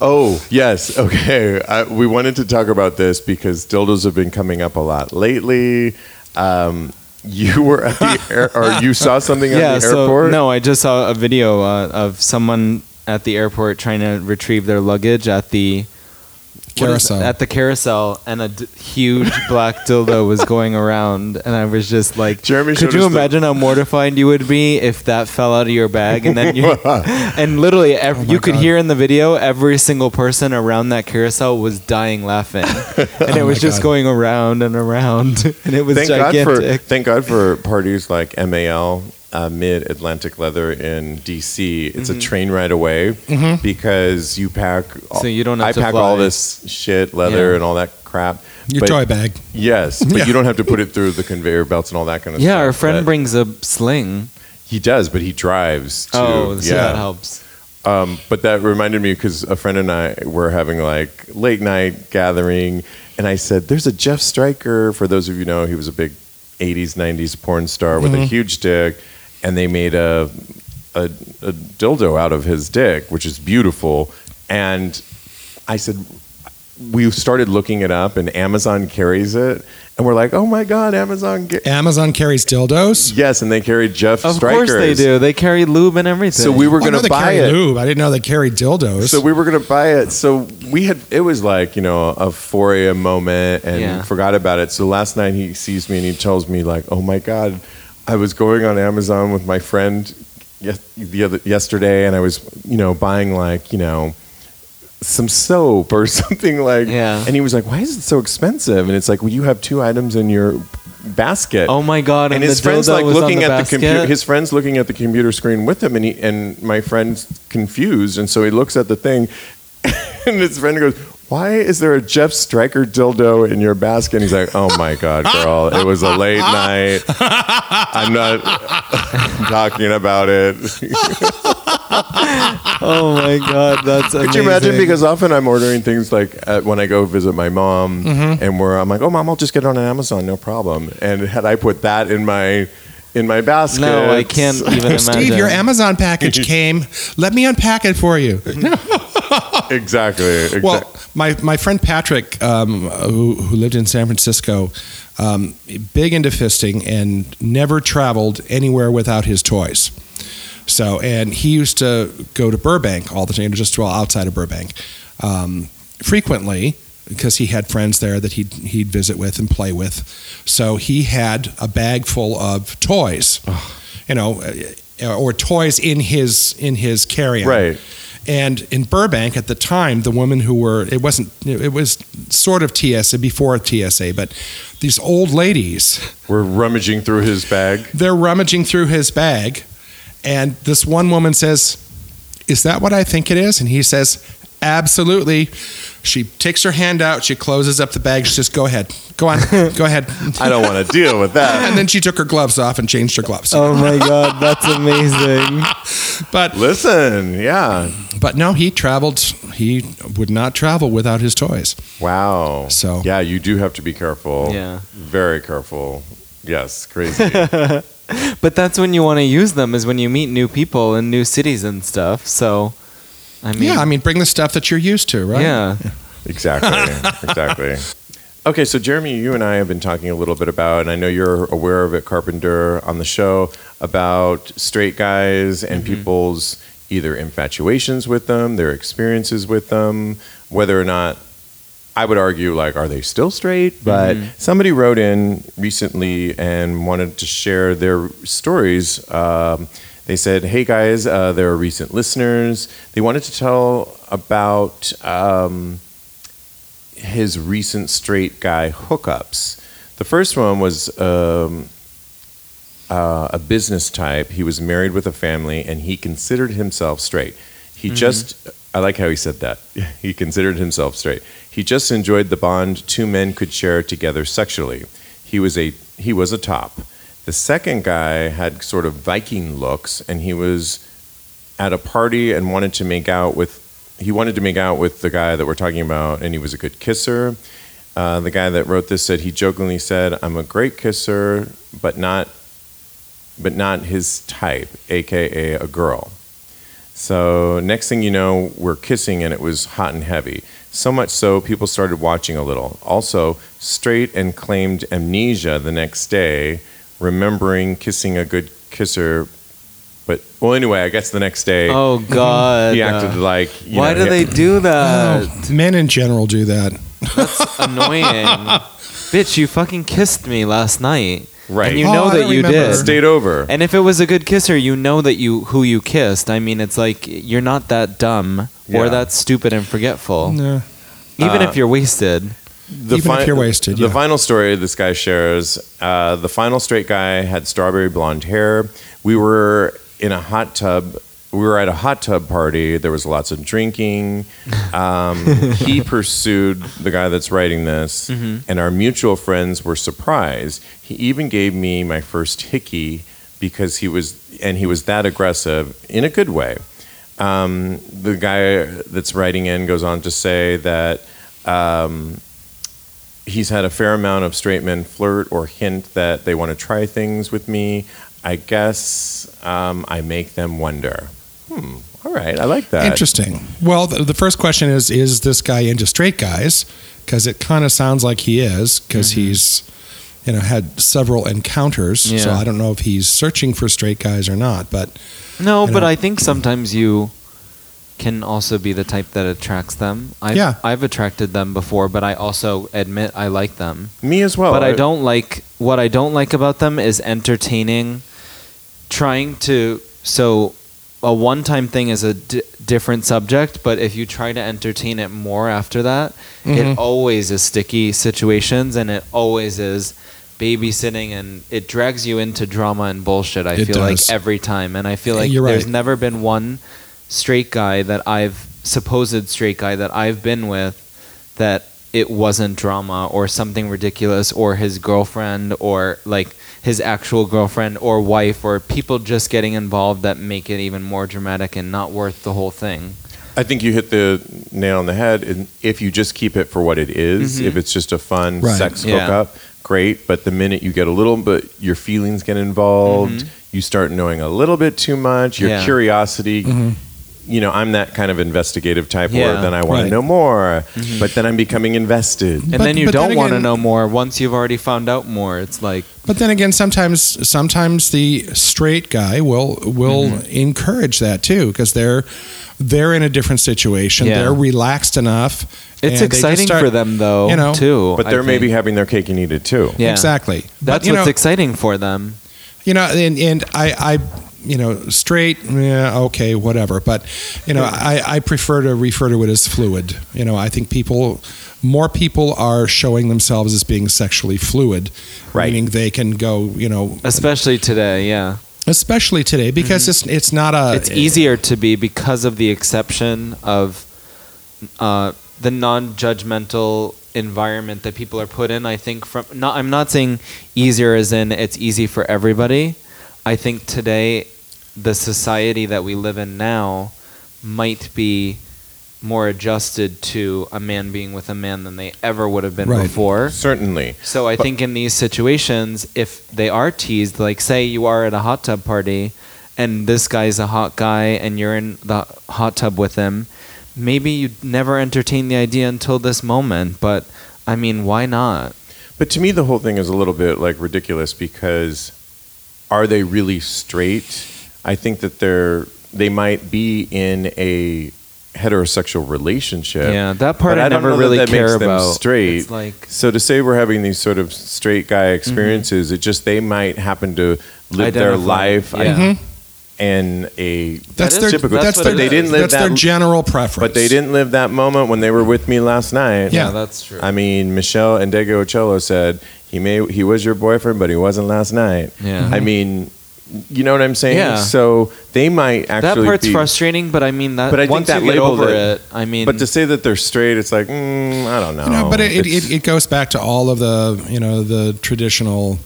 A: Oh yes. Okay. I, we wanted to talk about this because dildos have been coming up a lot lately. Um, you were at the air, or you saw something at
C: yeah.
A: the airport.
C: So no, I just saw a video uh, of someone at the airport trying to retrieve their luggage at the what is-
B: Carousel.
C: At the carousel, and a d- huge black dildo was going around, and I was just like,
A: Jeremy
C: could
A: showed
C: you
A: us the-
C: imagine how mortified you would be if that fell out of your bag?" And then you, and literally, ev- you could
B: Oh God.
C: hear in the video every single person around that carousel was dying laughing, and it
B: Oh
C: was
B: my
C: just
B: God.
C: going around and around, and it was
A: thank God for
C: gigantic.
A: thank God for parties like MAL, uh, Mid Atlantic Leather in DC. It's
C: Mm-hmm.
A: a train ride away because you pack. all-
C: So you don't have
A: I
C: to
A: pack
C: fly.
A: all this shit, leather,
C: Yeah.
A: and all that crap.
B: Your
A: but-
B: toy bag.
A: Yes, but
B: Yeah.
A: you don't have to put it through the conveyor belts and all that kind of
C: yeah,
A: stuff.
C: our friend
A: but-
C: brings a sling.
A: he does, but he drives. Too.
C: oh, so
A: yeah.
C: that helps.
A: Um, but that reminded me because a friend and I were having like late night gathering, and I said, "There's a Jeff Stryker." For those of you who know, he was a big '80s, '90s porn star
C: Mm-hmm.
A: with a huge dick, and they made a, a a dildo out of his dick, which is beautiful. And I said, we started looking it up, and Amazon carries it, and we're like, "Oh my god, Amazon!" Ca-.
B: Amazon carries dildos.
A: Yes, and they carry Jeff
C: Of
A: Stryker's.
C: course they do. They carry lube and everything.
A: So we were
B: Oh, I
A: going
B: know
A: to
B: they
A: buy
B: carry
A: it.
B: lube. I didn't know they carried dildos.
A: So we were gonna buy it. So we had it was like you know a 4 a.m. moment and
C: Yeah.
A: forgot about it. So last night he sees me and he tells me like, "Oh my god, I was going on Amazon with my friend yes, the other yesterday, and I was you know buying like you know." Some soap or something like,
C: Yeah.
A: And he was like, "Why is it so expensive?" And it's like, "Well, you have two items in your basket."
C: Oh my god! And,
A: and his
C: the
A: friend's
C: dildo
A: like
C: was on
A: looking
C: the
A: at the computer.
C: basket?
A: His friend's looking at the computer screen with him, and he and my friend's confused, and so he looks at the thing, and his friend goes, why is there a Jeff Stryker dildo in your basket? And he's like, oh my God, girl, it was a late night. I'm not talking about it.
C: Oh my god, that's amazing.
A: Could you imagine? Because often I'm ordering things like uh when I go visit my mom and where I'm like, oh, mom, I'll just get it on Amazon, no problem. And had I put that in my in my basket.
C: no, I can't even imagine.
B: Steve, your Amazon package came. Let me unpack it for you.
A: Exactly. exactly.
B: Well, my, my friend Patrick, um, who, who lived in San Francisco, um, big into fisting and never traveled anywhere without his toys. So, and he used to go to Burbank all the time, just well outside of Burbank, um, frequently because he had friends there that he'd, he'd visit with and play with. So he had a bag full of toys, you know, uh, or toys in his in his carry
A: Right.
B: and in Burbank at the time, the women who were it wasn't it was sort of TSA before TSA, but these old ladies
A: We're rummaging through his bag.
B: they're rummaging through his bag, and this one woman says, "Is that what I think it is?" And he says, "Absolutely." She takes her hand out, she closes up the bag, she says, "Go ahead, go on, go ahead."
A: I don't want to deal with that.
B: And then she took her gloves off and changed her gloves.
C: Oh my god, that's amazing.
B: But
A: Listen, yeah.
B: but no, he traveled. He would not travel without his toys.
A: Wow.
B: So-
A: yeah, you do have to be careful.
C: Yeah.
A: Very careful. Yes, crazy.
C: But that's when you want to use them is when you meet new people in new cities and stuff. So I mean,
B: yeah, I mean, bring the stuff that you're used to, right?
C: yeah.
A: exactly. Exactly. Okay, so Jeremy, you and I have been talking a little bit about, and I know you're aware of it, Carpenter, on the show, about straight guys and people's either infatuations with them, their experiences with them, whether or not I would argue, like, are they still straight? But somebody wrote in recently and wanted to share their stories. Um, they said, "Hey guys, uh, they're recent listeners. They wanted to tell about um, his recent straight guy hookups. The first one was um, uh, a business type. He was married with a family, and he considered himself straight. He just." I like how he said that. He considered himself straight. He just enjoyed the bond two men could share together sexually. He was a he was a top. The second guy had sort of Viking looks, and he was at a party and wanted to make out with he wanted to make out with the guy that we're talking about, and he was a good kisser. Uh, the guy that wrote this said he jokingly said, "I'm a great kisser, but not but not his type, aka a girl." So next thing you know, we're kissing and it was hot and heavy. So much so, people started watching a little. Also, straight and claimed amnesia the next day, remembering kissing a good kisser. But well, anyway, I guess the next day
C: Oh god.
A: he acted like. oh. you
C: Why
A: know,
C: do
A: he-
C: they do that?
B: Men in general do that.
C: Annoying. Bitch, you fucking kissed me last night.
A: Right.
C: And you
B: Oh,
C: know
B: I
C: that
B: don't
C: you
B: remember.
C: did.
A: stayed over?
C: And if it was a good kisser, you know that you who you kissed. I mean, it's like you're not that dumb
A: Yeah.
C: or that stupid and forgetful.
B: Yeah.
C: Even
B: Uh,
C: if you're wasted.
A: the
B: Even if you're wasted,
A: The
B: yeah.
A: final story this guy shares uh, the final straight guy had strawberry blonde hair. We were in a hot tub. We were at a hot tub party. There was lots of drinking. Um, he pursued the guy that's writing this, and our mutual friends were surprised. He even gave me my first hickey because he was, and he was that aggressive in a good way. Um, the guy that's writing in goes on to say that um, he's had a fair amount of straight men flirt or hint that they want to try things with me. I guess um, I make them wonder. Hmm. All right, I like that.
B: Interesting. Well, the, the first question is Is this guy into straight guys? Because it kind of sounds like he is, because
C: Mm-hmm.
B: he's, you know, had several encounters. So
C: Yeah.
B: I don't know if he's searching for straight guys or not. But
C: No,
B: You
C: but
B: know?
C: I think sometimes you can also be the type that attracts them. I've,
B: Yeah.
C: I've attracted them before, but I also admit I like them.
A: Me as well.
C: but I don't like what I don't like about them is entertaining, trying to so a one-time thing is a d- different subject. But if you try to entertain it more after that, it always is sticky situations, and it always is babysitting, and it drags you into drama and bullshit. I
B: It
C: feel
B: does.
C: like every time, and I feel like
B: You're
C: there's
B: right.
C: never been one straight guy that I've supposed straight guy that I've been with that it wasn't drama or something ridiculous or his girlfriend or like his actual girlfriend or wife or people just getting involved that make it even more dramatic and not worth the whole thing.
A: I think you hit the nail on the head. And if you just keep it for what it is, if it's just a fun
B: Right.
A: sex
C: Mm-hmm. Yeah.
A: hookup, great. But the minute you get a little, but your feelings get involved, you start knowing a little bit too much. Your
C: Mm-hmm. Yeah. Mm-hmm.
A: curiosity. You know, I'm that kind of investigative type,
C: Yeah. Mm-hmm.
A: or then I want
B: Right.
A: to know more, but then I'm becoming invested.
C: And
B: But-
C: then you
B: but then
C: don't want to
B: again-
C: know more once you've already found out more. It's like
B: But then again, sometimes sometimes the straight guy will will
C: Mm-hmm.
B: encourage that too because they're they're in a different situation.
C: Yeah.
B: They're relaxed enough. and
C: it's
B: they just
C: exciting
B: start-
C: for them though,
B: you know,
C: too.
A: But
C: I
A: they're maybe
C: think.
A: having their cake and eat it too.
C: Yeah.
B: Exactly.
C: That's
B: but, you
C: what's
B: know,
C: exciting for them.
B: you know, and and I I you know straight yeah okay whatever but you know I, I prefer to refer to it as fluid you know i think people more people are showing themselves as being sexually fluid
A: Right.
B: meaning they can go you know
C: Especially today, yeah.
B: especially today because
A: Mm-hmm.
B: it's it's not a
C: it's easier to be because of the exception of uh, the non-judgmental environment that people are put in. I think from not, I'm not saying easier as in it's easy for everybody. I think today the society that we live in now might be more adjusted to a man being with a man than they ever would have been
B: Right.
C: before.
A: Certainly.
C: So I
A: But-
C: think in these situations, if they are teased, like say you are at a hot tub party, and this guy's a hot guy, and you're in the hot tub with him, maybe you never entertain the idea until this moment. But I mean, why not?
A: But to me, the whole thing is a little bit like ridiculous because are they really straight? I think that they're they might be in a heterosexual relationship.
C: Yeah, that part
A: but
C: I,
A: don't
C: never
A: know that
C: really
A: that
C: care
A: makes them
C: about.
A: straight.
C: It's like Mm-hmm.
A: So to say we're having these sort of straight guy experiences, it just they might happen to live their
C: Identify.
A: life
C: Yeah.
A: in a
B: Mm-hmm. That's
C: That
B: their
C: is-
A: typical.
B: that's,
C: that's what
B: their,
C: it
A: they didn't live
B: that's
A: that
B: their general preference.
A: but they didn't live that moment when they were with me last night.
B: Yeah.
C: yeah, that's true.
A: I mean, Michelle and Diego Ocello said he may he was your boyfriend, but he wasn't last night.
C: Yeah.
A: I mean, you know what I'm saying?
C: Yeah.
A: So they might
C: that
A: actually
C: part's
A: be,
C: frustrating, but I mean that.
A: But I think
C: once
A: that
C: you get
A: label
C: over
A: that-
C: it, I mean,
A: But to say that they're straight, it's like mm, I don't know.
B: You know, but it,
A: It's-
B: it, it goes back to all of the you know the traditional,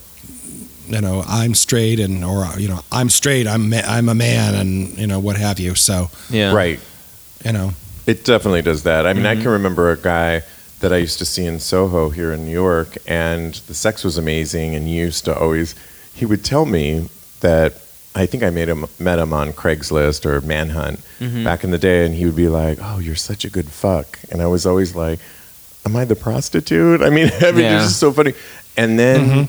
B: you know, I'm straight and or you know I'm straight, I'm ma- I'm a man and you know what have you. So
C: yeah, Mm-hmm.
A: right.
B: you know,
A: It definitely does that. I mean, I can remember a guy that I used to see in Soho here in New York, and the sex was amazing. And he used to always, he would tell me that I think I made him, met him on Craigslist or Manhunt back in the day, and he would be like, "Oh, you're such a good fuck," and I was always like, "Am I the prostitute?" I mean, I mean,
C: Yeah.
A: it's just so funny. And then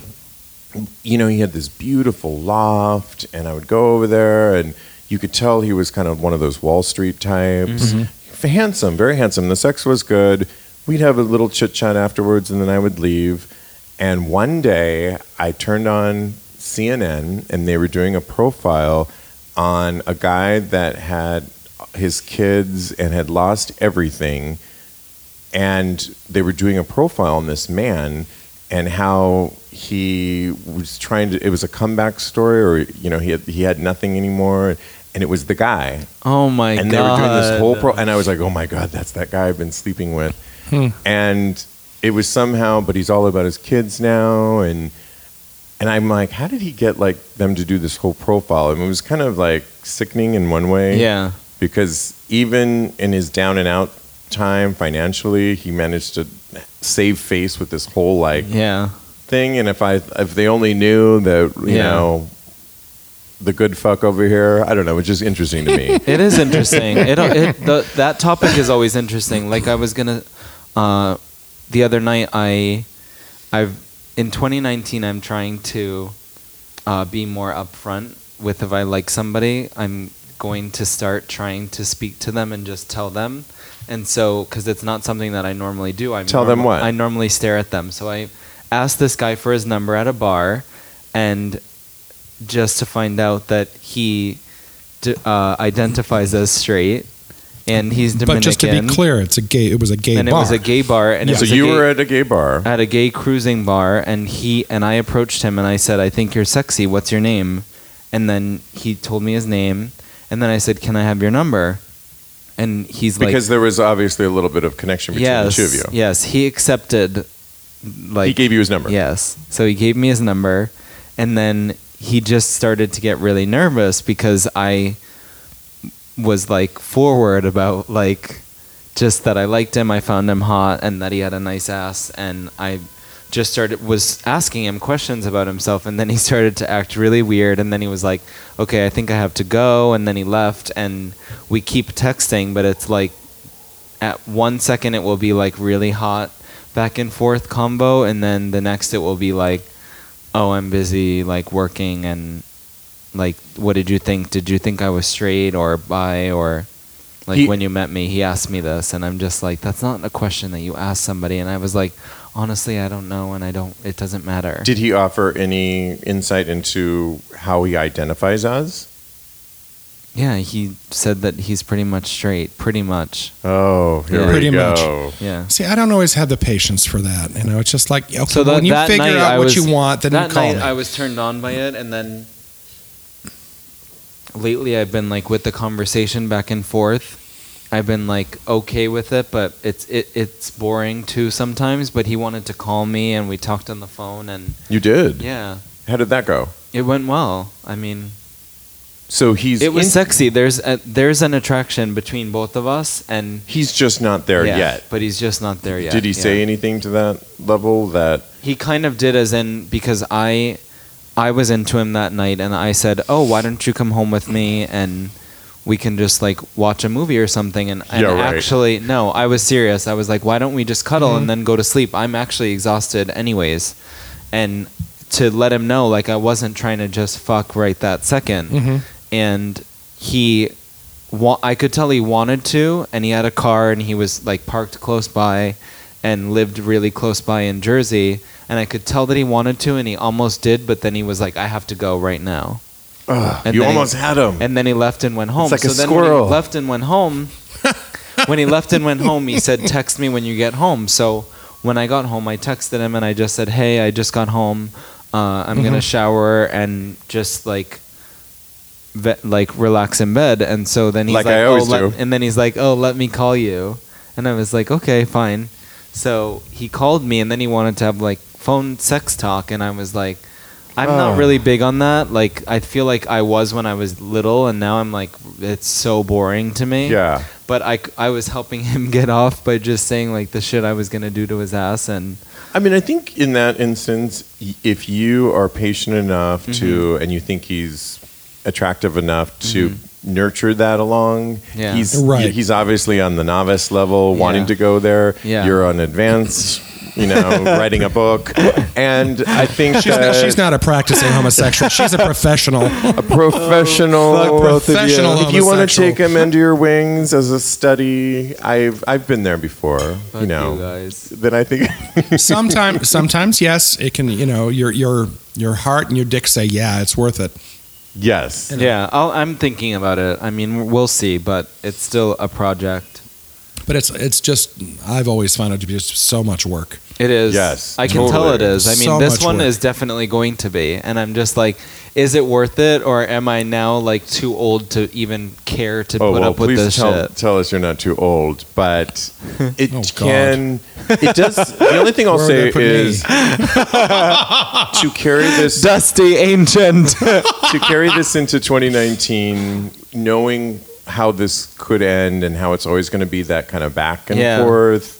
A: you know, he had this beautiful loft, and I would go over there, and you could tell he was kind of one of those Wall Street types. F- Handsome, very handsome. The sex was good. We'd have a little chit chat afterwards, and then I would leave. And one day, I turned on CNN, and they were doing a profile on a guy that had his kids and had lost everything. And they were doing a profile on this man and how he was trying to. It was a comeback story, or you know, he had he had nothing anymore, and it was the guy.
C: Oh my
A: and
C: god!
A: they were doing this whole pro, and I was like, oh my god, that's that guy I've been sleeping with,
C: Hmm.
A: and it was somehow, but he's all about his kids now, and and I'm like, how did he get like them to do this whole profile? I mean, it was kind of like sickening in one way,
C: yeah,
A: because even in his down and out time financially, he managed to save face with this whole like
C: yeah.
A: thing and if i if they only knew that you
C: Yeah.
A: know the good fuck over here i don't know it's just interesting to me
C: It is interesting. it, it the, that topic is always interesting. Like I was gonna, uh, the other night I, I've in 2019 I'm trying to, uh, be more upfront with if I like somebody I'm going to start trying to speak to them and just tell them, and so because it's not something that I normally do. I
A: Tell them what?
C: I normally stare at them. So I asked this guy for his number at a bar, and just to find out that he d- uh, identifies as straight, and he's Dominican.
B: but just to be clear, it's a gay. It was a gay
C: and
B: bar.
C: it was a gay bar, and it
A: so
C: was a
A: you
C: gay-
A: were at a gay bar
C: at a gay cruising bar, and he and I approached him, and I said, "I think you're sexy. What's your name?" And then he told me his name, and then I said, "Can I have your number?" and he's like,
A: because there was obviously a little bit of connection between
C: yes,
A: the two of you.
C: yes, he accepted. Like
A: he gave you his number.
C: Yes. So he gave me his number, and then he just started to get really nervous because I was like forward about like just that I liked him, I found him hot, and that he had a nice ass, and I just started was asking him questions about himself and then he started to act really weird and then he was like okay i think i have to go and then he left and we keep texting but it's like at one second it will be like really hot back and forth combo and then the next it will be like oh i'm busy like working and like what did you think did you think i was straight or bi or like
A: He-
C: when you met me he asked me this and i'm just like that's not a question that you ask somebody and i was like honestly i don't know and i don't it doesn't matter
A: Did he offer any insight into how he identifies as?
C: yeah he said that he's pretty much straight pretty much
A: Oh, here
C: Yeah.
A: we
B: Pretty much.
A: go.
C: yeah
B: See, I don't always have the patience for that. You know, it's just like okay,
C: So that,
B: when you
C: that
B: figure
C: night
B: out
C: I
B: what
C: was,
B: you want, then
C: that
B: you call
C: night
B: me.
C: I was turned on by it, and then lately I've been like with the conversation back and forth. I've been like okay with it, but it's it, it's boring too sometimes. But he wanted to call me, and we talked on the phone, and
A: You did.
C: yeah,
A: How did that go?
C: it went well. I mean,
A: So he's
C: it was
A: in-
C: sexy. There's a, there's an attraction between both of us, and
A: he's just not there
C: yeah,
A: yet.
C: but he's just not there yet.
A: Did he
C: yeah.
A: say anything to that level that
C: he kind of did as in because i i was into him that night and i said oh why don't you come home with me and we can just like watch a movie or something and, and
A: Yeah, right.
C: actually no i was serious i was like why don't we just cuddle and
A: Mm-hmm.
C: then go to sleep i'm actually exhausted anyways and to let him know like i wasn't trying to just fuck right that 2nd and he wa- i could tell he wanted to and he had a car and he was like parked close by and lived really close by in jersey and i could tell that he wanted to and he almost did but then he was like i have to go right now
A: Ugh,
C: And
A: you
C: then he-
A: almost had him?
C: and then he left and went home
A: like
C: so
A: a
C: then when
A: squirrel.
C: he left and went home when he left and went home he said text me when you get home so when i got home i texted him and i just said hey i just got home uh, i'm
A: Mm-hmm.
C: gonna shower and just like ve- like relax in bed and so then he's
A: Like
C: like,
A: I always
C: oh, let-
A: do.
C: and then he's like oh let me call you and i was like okay fine so he called me and then he wanted to have like phone sex talk and i was like i'm
A: Oh.
C: not really big on that like i feel like i was when i was little and now i'm like it's so boring to me
A: yeah.
C: but I, c- I was helping him get off by just saying like the shit I was gonna do to his ass and
A: I mean, I think in that instance, y- if you are patient enough to,
B: Mm-hmm.
A: and you think he's attractive enough to
B: Mm-hmm.
A: nurture that along,
C: Yeah.
A: he's
B: Right.
A: y- he's obviously on the novice level, wanting
C: Yeah.
A: to go there.
C: Yeah.
A: You're on advanced, you know, writing a book, and I think
B: she's,
A: that
B: not, she's not a practicing homosexual. She's a professional.
A: a professional.
B: Oh, fuck both of you. professional
A: If you want to
B: homosexual.
A: take him under your wings as a study, I've I've been there before.
C: fuck
A: you know.
C: guys
A: Then I think
B: sometimes, sometimes, yes, it can. You know, your your your heart and your dick say, yeah, it's worth it.
A: yes.
C: yeah I'll, I'm thinking about it I mean we'll see but it's still a project
B: But it's it's just I've always found it to be just so much work.
C: it is
A: Yes,
C: I can tell
A: totally.
C: it is I
B: So
C: mean this
B: much
C: one
B: work.
C: is definitely going to be and I'm just like is it worth it or am I now like too old to even care to
A: Oh
C: put
A: well,
C: up with
A: please
C: this
A: tell,
C: shit
A: tell us you're not too old, but it
B: Oh, God.
A: can. It does. The only thing I'll
B: Where would
A: say
B: that
A: is
B: put me?
A: to carry this
C: dusty ancient
A: to carry this into 2019, knowing how this could end and how it's always going to be that kind of back and
C: Yeah.
A: forth.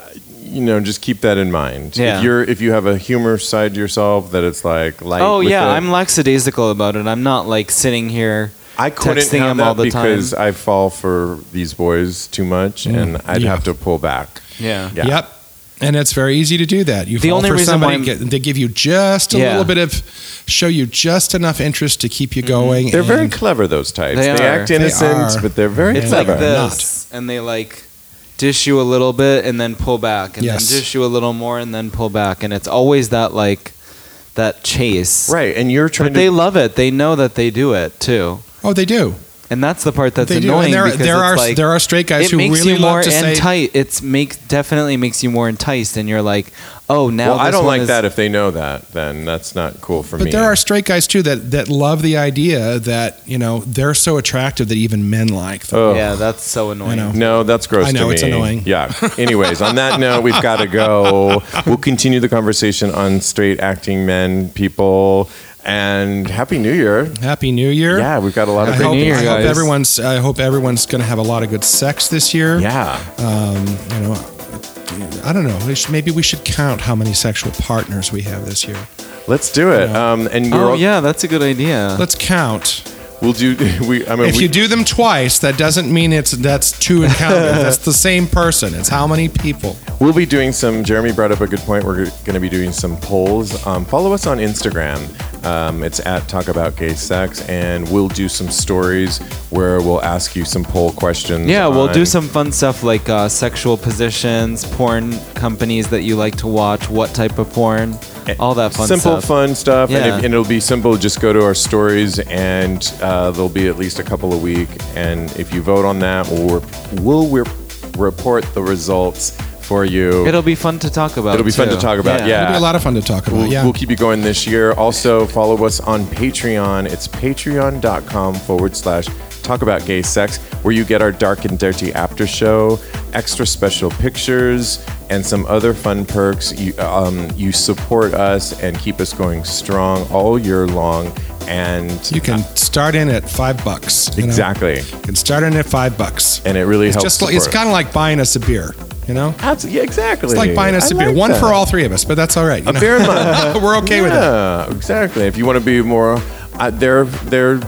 A: uh, You know, just keep that in mind.
C: Yeah.
A: If you're if you have a humor side to yourself that it's like light.
C: oh
A: with
C: yeah
A: it.
C: I'm lackadaisical about it I'm not like sitting here
A: I couldn't
C: texting
A: have
C: him
A: that
C: all the time. Mm.
A: because I fall for these boys too much, and I'd
B: yeah.
A: have to pull back.
C: yeah
A: Yeah.
B: Yep. And it's very easy to do that. You
C: The
B: fall
C: only
B: for
C: reason why
B: somebody,
C: I'm-
B: get, they give you just a
C: Yeah. Mm-hmm.
B: little bit of, show you just enough interest to keep you going.
A: They're very
B: and-
A: clever, those types.
C: They
A: They,
C: are.
A: act innocent,
B: They are.
A: but they're very
C: It's like
A: clever.
C: this, and they like dish you a little bit and then pull back, and
B: Yes.
C: then dish you a little more and then pull back, and it's always that like that chase.
A: right, and you're trying
C: But they
A: to.
C: love it. They know that they do it too,
B: oh, they do.
C: and that's the part that's
B: they
C: annoying
B: do. And there,
C: because
B: there
C: it's
B: are
C: like
B: there are straight guys
C: it
B: who
C: makes
B: really
C: you more
B: love to say,
C: enticed. It's make definitely makes you more enticed, and you're like, Oh, now
A: well, I
C: this
A: don't
C: one
A: like
C: is-
A: that. If they know that, then that's not cool for
B: But
A: me.
B: there are straight guys too that that love the idea that you know they're so attractive that even men like them.
A: Ugh.
C: Yeah, that's so annoying.
B: know.
A: No, that's gross.
B: I know,
A: to me.
B: it's annoying.
A: Yeah. Anyways, on that note, we've got to go. We'll continue the conversation on straight acting men, people, and Happy New Year.
B: Happy New Year!
A: Yeah, we've got a lot
B: I
A: of
C: Happy
B: hope,
A: good.
C: New Year,
B: I hope
C: guys.
B: everyone's. I hope everyone's going to have a lot of good sex this year.
A: Yeah.
B: You know, I don't know. We should, maybe we should count how many sexual partners we have this year.
A: Let's do it. Um, and we're
C: Oh
A: all-
C: yeah, that's a good idea.
B: Let's count.
A: we'll do. We. I mean,
B: If
A: we,
B: you do them twice, that doesn't mean it's that's two encounters. that's the same person. It's how many people.
A: We'll be doing some. Jeremy brought up a good point. We're going to be doing some polls. Um, follow us on Instagram. Um, it's at Talk About Gay Sex, and we'll do some stories where we'll ask you some poll questions.
C: yeah, we'll do
A: on-
C: some fun stuff like uh, sexual positions, porn companies that you like to watch, what type of porn, all that fun
A: Eh, simple,
C: stuff.
A: fun stuff. And,
C: Yeah.
A: if, and it'll be simple. Just go to our stories, and uh, there'll be at least a couple a week. And if you vote on that, we'll rep- we'll re- report the results for you.
C: It'll be fun to talk about.
A: It'll be fun
C: too.
A: to talk about, yeah.
B: It'll be a lot of fun to talk about.
A: We'll,
B: yeah.
A: we'll keep you going this year. Also, follow us on Patreon. It's patreon.com forward slash talk about gay sex, where you get our dark and dirty after show, extra special pictures, and some other fun perks. You, um, you support us and keep us going strong all year long. And
B: you can start in at five bucks. you know?
A: exactly.
B: You can start in at five bucks.
A: And it really
B: It's
A: helps.
B: just like, it's
A: support.
B: kind of like buying us a beer, you know?
A: Abs- yeah, exactly.
B: It's like buying us
A: a
B: a beer. One for all three of us, but that's all right. you
A: A
B: know?
A: beer a month.
B: We're okay with it.
A: Yeah, exactly. If you want to be more, uh, they're they're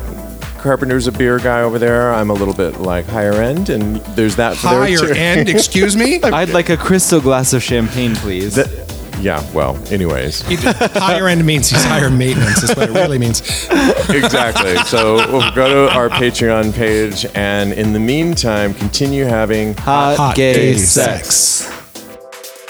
A: Carpenter's a beer guy over there. I'm a little bit like higher end, and there's that for there
B: Higher
A: too.
B: end, excuse me?
C: I'd like a crystal glass of champagne, please.
A: Th- yeah. Well. Anyways.
B: higher end means he's higher maintenance, is what it really means.
A: exactly. So we'll go to our Patreon page, and in the meantime, continue having
C: hot,
B: Hot
C: gay,
B: gay
C: sex.
B: sex.